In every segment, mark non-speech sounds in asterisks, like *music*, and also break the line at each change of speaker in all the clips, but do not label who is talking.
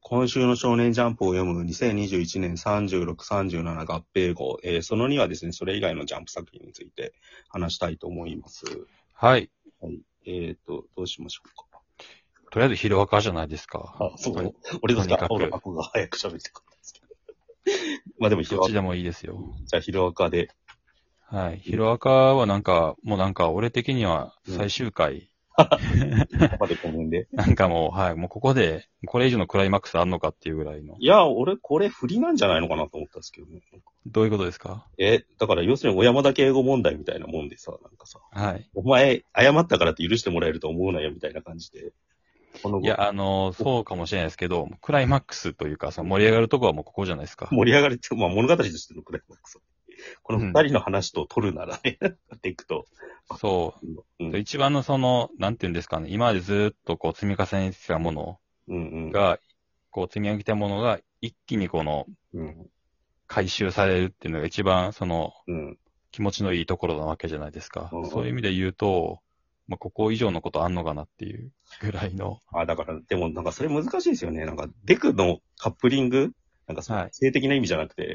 今週の少年ジャンプを読む2021年36、37合併号、えーその2はですね、それ以外のジャンプ作品について話したいと思います。
はい。
えっ、と、どうしましょうか。
とりあえずヒロアカじゃないですか。はいど
俺
ですかとにかく
箱が早く喋ってくるんですけど。まあでも、ヒロ
っ
アカ、
ち
じ
でもいいですよ。
ゃあヒロアカで。
はい。ヒロアカはなんか、もうなんか、俺的には最終回。
ここまでこの辺で。
なんかもう、はい。もうここで、これ以上のクライマックスあんのかっていうぐらいの。
*laughs* いや、俺、これ振りなんじゃないのかなと思ったんですけどね。
どういうことですか
え、だから要するに小山田敬語問題みたいなもんでさ、なんかさ、
はい。
お前、謝ったからって許してもらえると思うなよみたいな感じで。この
いや、あの、そうかもしれないですけど、クライマックスというか、その盛り上がるとこはもうここじゃないですか。
盛り上がりって、まあ物語としてのくらいなんかさこの
うん
二人の話と取るなら *laughs* ね、っていくと。
そうう。
ん、
一番のその、なんていうんですかね、今までずっとこう積み重ねてきたもの
うん、
が、こう積み上げたものが、一気にこの、
うん、
回収されるっていうのが一番、その、
うん、
気持ちのいいところなわけじゃないですか
うん。
そういう意味で言うと、まあ、ここ以上のことあんのかなっていうぐらいの。
あ、だから、でもなんかそれ難しいですよね。なんか、デクのカップリングなんかそ
は
の
い
性的な意味じゃなくて、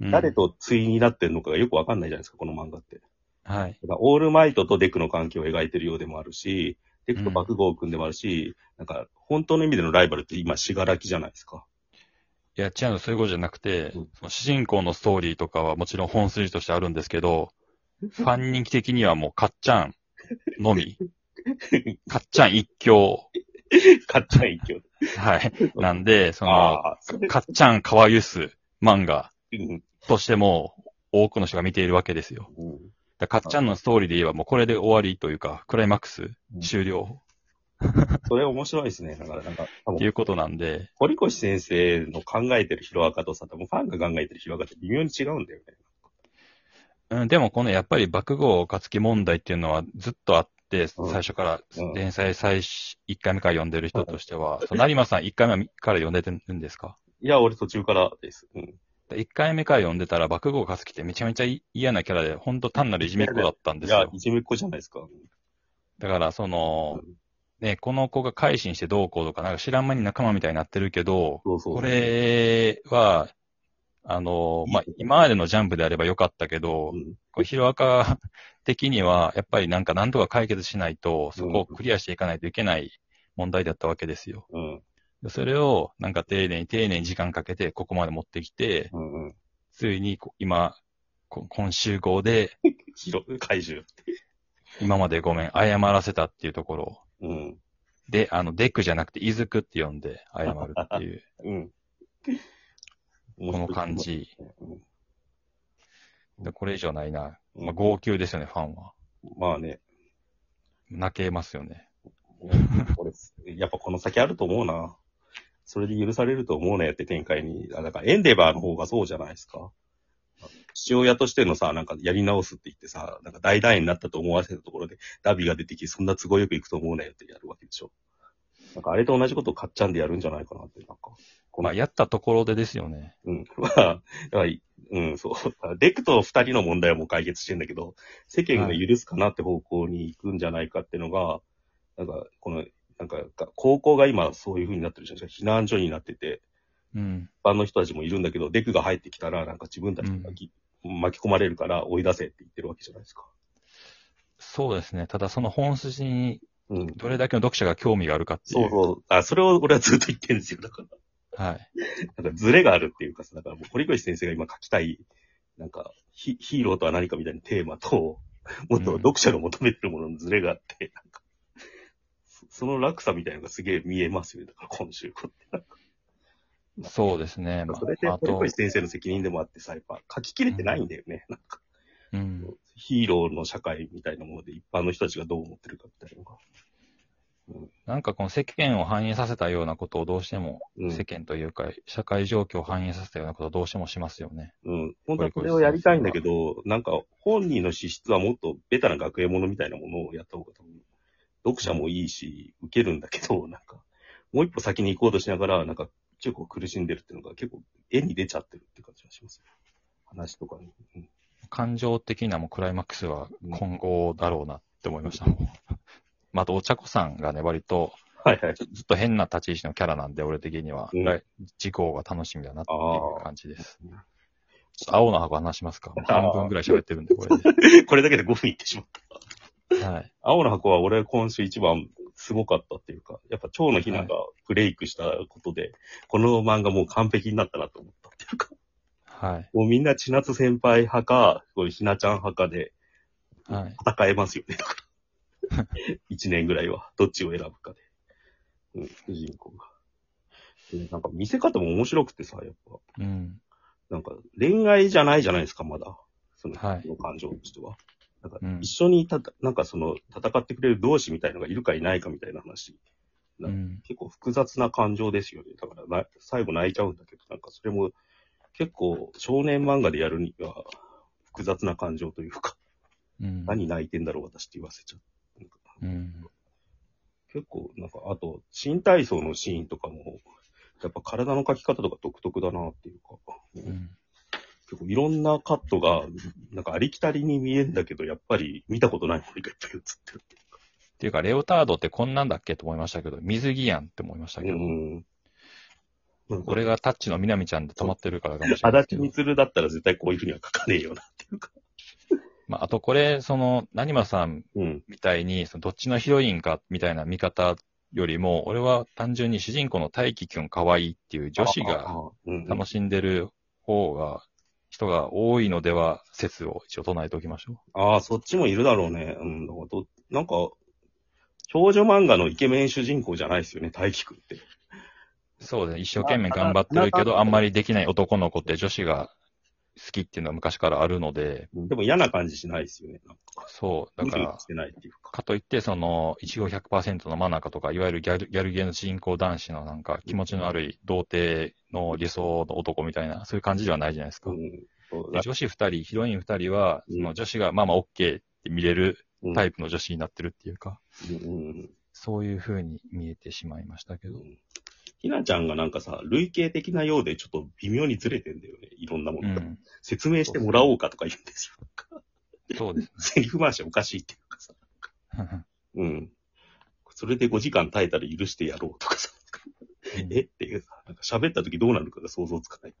うん
誰と対になってるのかがよくわかんないじゃないですか、この漫画って。
はい。
だからオールマイトとデクの関係を描いてるようでもあるし、デクと爆豪君でもあるし、なんか、本当の意味でのライバルって今、しがらきじゃないです
*laughs*
か。
いや、違うの、そういうことじゃなく
う
て、
ん
その主人公のストーリーとかはもちろん本筋としてあるんですけど、ファン人気的にはもう、かっちゃん
*laughs*
のみ。かっちゃん一強。
勝った一挙。
はい。なんで、その、
ああ、それ、
かっちゃんかわゆす漫画
うん。
としても、多くの人が見ているわけですよ。
うん
だからかっちゃんのストーリーで言えばもうこれで終わりというか、クライマックス
うん
終了
それ面白いですね。だから、なんか、多
ってい
分
うことなんで、
堀越先生の考えてるヒロアカとさ、多分ファンが考えてるヒロアカって微妙に違うんだよね。
うん、でもこのやっぱり爆豪勝き問題っていうのはずっとあって、
うん
最初から
うん
連載最初、1回目から読んでる人として
*laughs*
は、そう成馬さん1回目から読んでるんですか
いや、俺途中からです。うん。
?1 回目から読んでたら爆豪勝きってめちゃめちゃ嫌なキャラで、ほんと単なるいじめっ子だったんで
い
す
や
よ、
い。じめっ子じゃないですか。
だからその
う、
ね、この子が改心してどうこうとか、なんか知らん間に仲間みたいになってるけど、
そうそう。
こ、れは、あの、まあ、今までのジャンプであればよかったけど、
うん。
こうヒロアカ的には、やっぱりなんか何とか解決しないと、そこをクリアしていかないといけない問題だったわけですよ。
うん。
それを、なんか丁寧に丁寧に時間かけて、ここまで持ってきて、
うん。うん。
ついにこ今、こ今週号で、
ヒロ、怪獣。
今までごめん、謝らせたっていうところ
うん。
で、あの、デックじゃなくて、イズクって呼んで、謝るって
*laughs*
いう、
うん。
こ
こ
の感。じ。でこれ以上ないな。
うん
まあ、号泣ですよね、ファンは。
まあね。
泣けますよね。
俺、やっぱこの先あると思うな。それで許されると思うねって展開に。あ、だからエンデバーの方がそうじゃないですか。父親としてのさ、なんかやり直すって言ってさ、なんか大団円になったと思わせたところで、ダビが出てきて、そんな都合よくいくと思うねってやるわけでしょ。なんかあれと同じことをかっちゃんでやるんじゃないかなって、なんか。こ
ま
の
あ、やったところでですよね。
うん。 *laughs* まあ、やはりうん、そう。デクと二人の問題はもう解決してんだけど、世間が許すかなって方向に行くんじゃないかっていうのが、なんか、この、なんか、高校が今そういう風になってるじゃないですか。避難所になってて、
うん。
一般の人たちもいるんだけど、デクが入ってきたら、なんか自分たちが巻き,、巻き込まれるから追い出せって言ってるわけじゃないですか。
そうですね。ただ、その本筋に
うん。
どれだけの読者が興味があるかってい。
そううそう。あ、それを俺はずっと言ってるんですよ。だから。
はい。
なんかズレがあるっていうかさ、だからもう堀越先生が今書きたい、なんかヒヒーローとは何かみたいなテーマと、もっと
うん
読者が求めてるもののズレがあって、なんか、そその落差みたいなのがすげえ見えますよね、だから今週こうやって。
そうですね。ま
それって
あ、あと
堀、越先生の責任でもあってさ、やっぱ書ききれてないんだよね、なんか。
うん。
ヒーローの社会みたいなもので一般の人たちがどう思ってるかみたいなのが。
なんかこの世間を反映させたようなことをどうしても、
うん
世間というか、社会状況を反映させたようなことをどうしてもしますよね。
うん。本当はこれをやりたいんだけど、なんか本人の資質はもっとベタな学園ものみたいなものをやった方が多分、読者もいいし、受けるんだけど、 *laughs* なんか、もう一歩先に行こうとしながら、なんか、結構苦しんでるっていうのが結構絵に出ちゃってるって感じがします。話とかに。うん
感情的なもうクライマックス *laughs* は今後だろうなって思いました。もうまあ、あと、お茶子さんがね、割と、
はいはい。
ちょずっと変な立ち位置のキャラなんで、俺的には。
うん
来次号が楽しみだなっていう感じです
あー。
ちょっと青の箱話しますか。もう
あー
半分ぐらい喋ってるんで、こ
*laughs*
れ
これだけで5分いってしまった。 *laughs*
で。はい。
青の箱は俺今週一番すごかったっていうか、やっぱ蝶のひながブレイクしたことで、この漫画もう完璧になったなと思ったっていうか、
はい。
もうみんな千夏先輩派か、こういうひなちゃん派かで
はい。
戦えますよね、と *laughs* か。1年ぐらいは、どっちを選ぶかで。うん、主人公が。でなんか見せ方も面白くてさ、やっぱ、
うん。
なんか恋愛じゃないじゃないですか、まだ。その、
はい
の感情としては。なんか
うん
一緒にたた、なんかその、戦ってくれる同士みたいのがいるかいないかみたいな話。
うん。
結構複雑な感情ですよね。だからな、最後泣いちゃうんだけど、なんかそれも結構少年漫画でやるには複雑な感情というか、
うん。
何泣いてんだろう私って言わせちゃう。なんか
うん。
結構、なんか、あと、新体操のシーンとかも、やっぱ体の描き方とか独特だなっていうか、
うん。
結構いろんなカットが、なんかありきたりに見えるんだけど、やっぱり見たことないものがいっぱい映ってるっていうか。
っていうか、レオタードってこんなんだっけと思いましたけど、水着やんって思いましたけど、
うん。なんか
これがタッチのみなみちゃんで止まってるからかもしれ
足
ないです
立
けど
み。つるだったら絶対こういうふうには書かねえよなっていうか。
まあ、あとこれ、その、何まさん
うん。
みたいに、そのどっちのヒロインかみたいな見方よりも、俺は単純に主人公の大輝くん可愛いっていう女子が楽
し
しんでる方が、人が多いのでは説を一応唱えておきましょ
ああ、そっちもいるだろうね。うん。だからどなんか、少女漫画のイケメン主人公じゃないですよね、大輝くんって。
う。そうですね。一生懸命頑張ってるけど、あんまりできない男の子って女子が好きっていうのは昔からあるので、
でも嫌な感じしないですよね。なんか
そう。だか
ムズム
ら
ズし、てないっていうか。
かといって、その、一応100%の真中とか、いわゆるギャル、ギャルゲーの主人公男子のなんか気持ちの悪い童貞の理想の男みたいな、そういう感じではないじゃないですか。
うん。そう
で女子二人、ヒロイン二人は、
うん
その女子がまあまあ OK って見れる
うん
タイプの女子になってるっていうか、
うんうん
そういう風に見えてしまいましたけ
う
ど。
ん。ひなちゃんがなんかさ、類型的なようでちょっと微妙にずれてんだよね。いろんなも
う
のが。
ん。
説明してもらおうかとか言うんですよ。
そうです *laughs*
セリフ回しおかしいっていうかさ。
ね。
うん。それで5時間耐えたら許してやろうとかさ。えっていうさ、なんか喋った時どうなるかが想像つかない。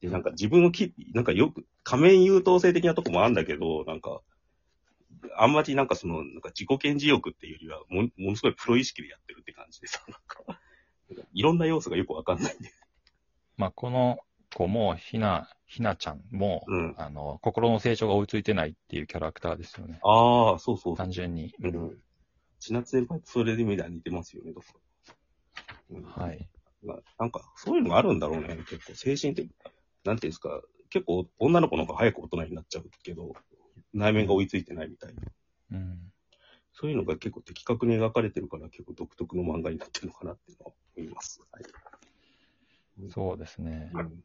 で、なんか自分をき、なんかよく、仮面優等生的なとこもあるんだけど、なんか、あんまりなんかその、なんか自己顕示欲っていうよりはも、ものすごいプロ意識でやってるって感じでさ、なんか、なんかいろんな要素がよくわかんないんで。
まあ、この子も、ひな、ひなちゃんも、
うん
あの、心の成長が追いついてないっていうキャラクターですよね。
ああ、そうそう
単純に。
うん。千夏先輩とそれでみたいに似てますよね、どこうん
はい。
まあ、なんか、そういうのがあるんだろうね。結構、精神的。なんていうんですか、結構、女の子の方が早く大人になっちゃうけど、内面が追いついてないみたいな。
うん。
そういうのが結構的確に描かれてるから、結構独特の漫画になってるのかなっていうのは思います。はい。
そうですね。
うん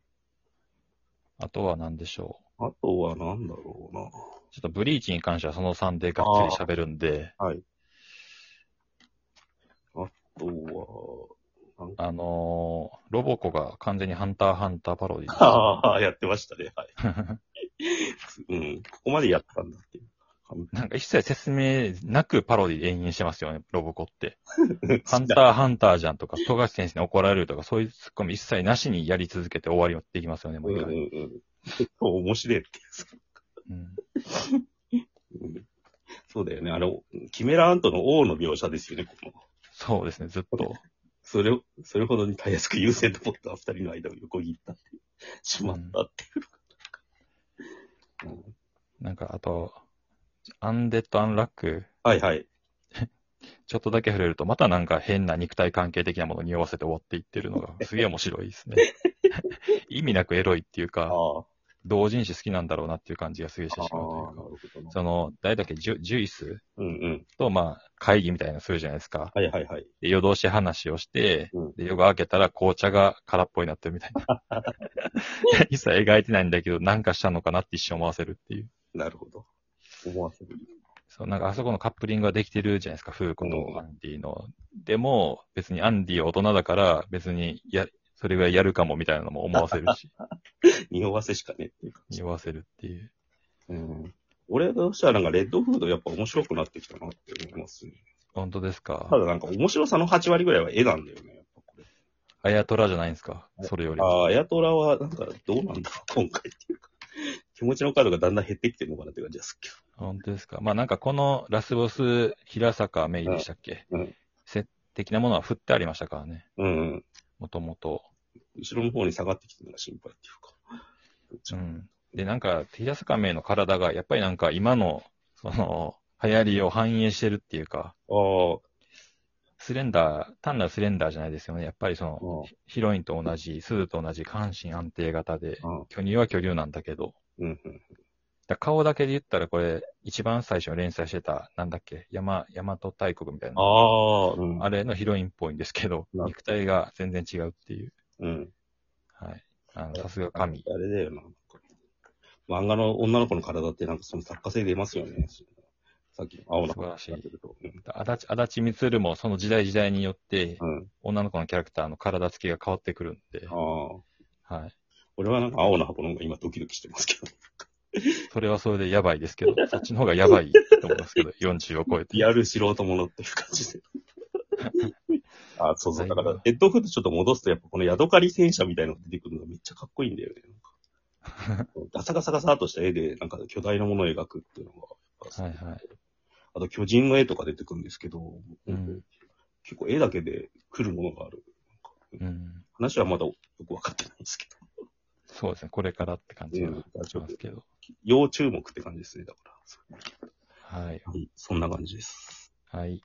あとは何でしょう。
あとはなんだろうな。
ちょっとブリーチに関してはその3でがっつり喋るんで、
あと
あのーロボコが完全にハンターハンターパロディ *laughs*
は、はあ *laughs* あ、やってましたね。はい。うん。ここまでやったんだっていう。
なんか一切説明なくパロディ延々してますよね、ロボコって。ハンターハンターじゃんとか、富樫先生に怒られるとか、そういうツッコミ一切なしにやり続けて終わりをできますよね、
うん
毎
うん
回。
うん。結構面白いっていうさ。
うん
うんそうだよね。あの、キメラアントの王の描写ですよね、この。
そうですね、ずっと。
それを、それほどにたやすく優先と思った二人の間を横切ったっていうしまったっていうのが、なんかうん
なんか、あと、アンデッド・アンラック、
はいはい。
ちょっとだけ触れると、またなんか変な肉体関係的なものに匂わせて終わっていってるのが、すげえ面白いですね。意味なくエロいっていう
ああ、
か、
あ
同人誌好きなんだろうなっていう感じがすげえして
あ
しまう
な
という
る
か、
ほどな。
その、誰だっけ、ジュジュイス
うんうん。
と、まあ、会議みたいなのするじゃないですか。
はいはいはい。
で夜通し話をして
うん、
で夜が明けたら紅茶が空っぽになってるみたいな。 *laughs* 一切描いてないんだけど、なんかしたのかなって一瞬思わせるっていう。
なるほど。思わせる。
そう、なんかあそこのカップリングができてるじゃないですか、フーコ
うん
とアンディの。でも、別にアンディは大人だから、別にや、それぐらいやるかもみたいなのも思わせる
*laughs*
し、
匂わせしかねっていう感じ。
匂わせるっていう。
うん。俺としてはなんかレッドフードやっぱ面白くなってきたなって思いますね。
本当ですか
た。だなんか面白さの8割ぐらいは絵なんだよね。やっぱこれ
あやとらじゃないんですかそれより。
ああ、エアトラはなんかどうなんだろう、今回っていうか。気持ちのカードがだんだん減ってきてるのかなって感じですけ
本当ですか。まあなんかこのラスボス、平坂メイでしたっけ、
うんうん
せ的なものは振ってありましたからね。
ど。うんうん。
もともと。
後ろの方に下がってきてるのが心配っていうか。
うん。で、なんか、平坂メイの体が、やっぱりなんか今の、その、流行りを反映してるっていうか、
あ
スレンダー、単なるスレンダーじゃないですよね。やっぱりその、
あ、
ヒロインと同じ、スズと同じ関心安定型で、
うん
巨乳は巨乳なんだけど、
うんうん。
だ顔だけで言ったらこれ、一番最初に連載してた、なんだっけ、山、大和大国みたいな。
ああ、うん。
あれのヒロインっぽいんですけど、
な
肉体が全然違うっていう。
うん。
はい。あの、さすが神。
あれだよな。なんか漫画の女の子の体ってなんかその作家性出ますよね。さっきの青の
素晴らしい
話だけどうん
足立、足立光もその時代時代によって、
うん。
女の子のキャラクターの体つきが変わってくるんで、
ああ。
はい。
俺はなんか青の箱の方が今ドキドキしてますけど。
それはそれでやばいですけど、そっちの方がやばいと思います
*laughs*
けど、40を超えて。
リアル素人ものっていう感
*laughs*
じで。あそうそう。だか
だ
ら
いぶ、
ヘッドフットちょっと戻すと、やっぱこのヤドカリ戦車みたいなのが出てくるのがめっちゃかっこいいんだよね。
*laughs*
なんかガサガサガサっとした絵で、なんか巨大なものを描くっていうのがやっぱ、
はいはい。
あと巨人の絵とか出てくるんですけど、
うん
結構絵だけで来るものがある。
うん。
話はまだよくわかってないんですけど、
そうですね、これからって感じがしますけど。
要注目って感じですね、だから。
はい。
はい、そんな感じです。
はい。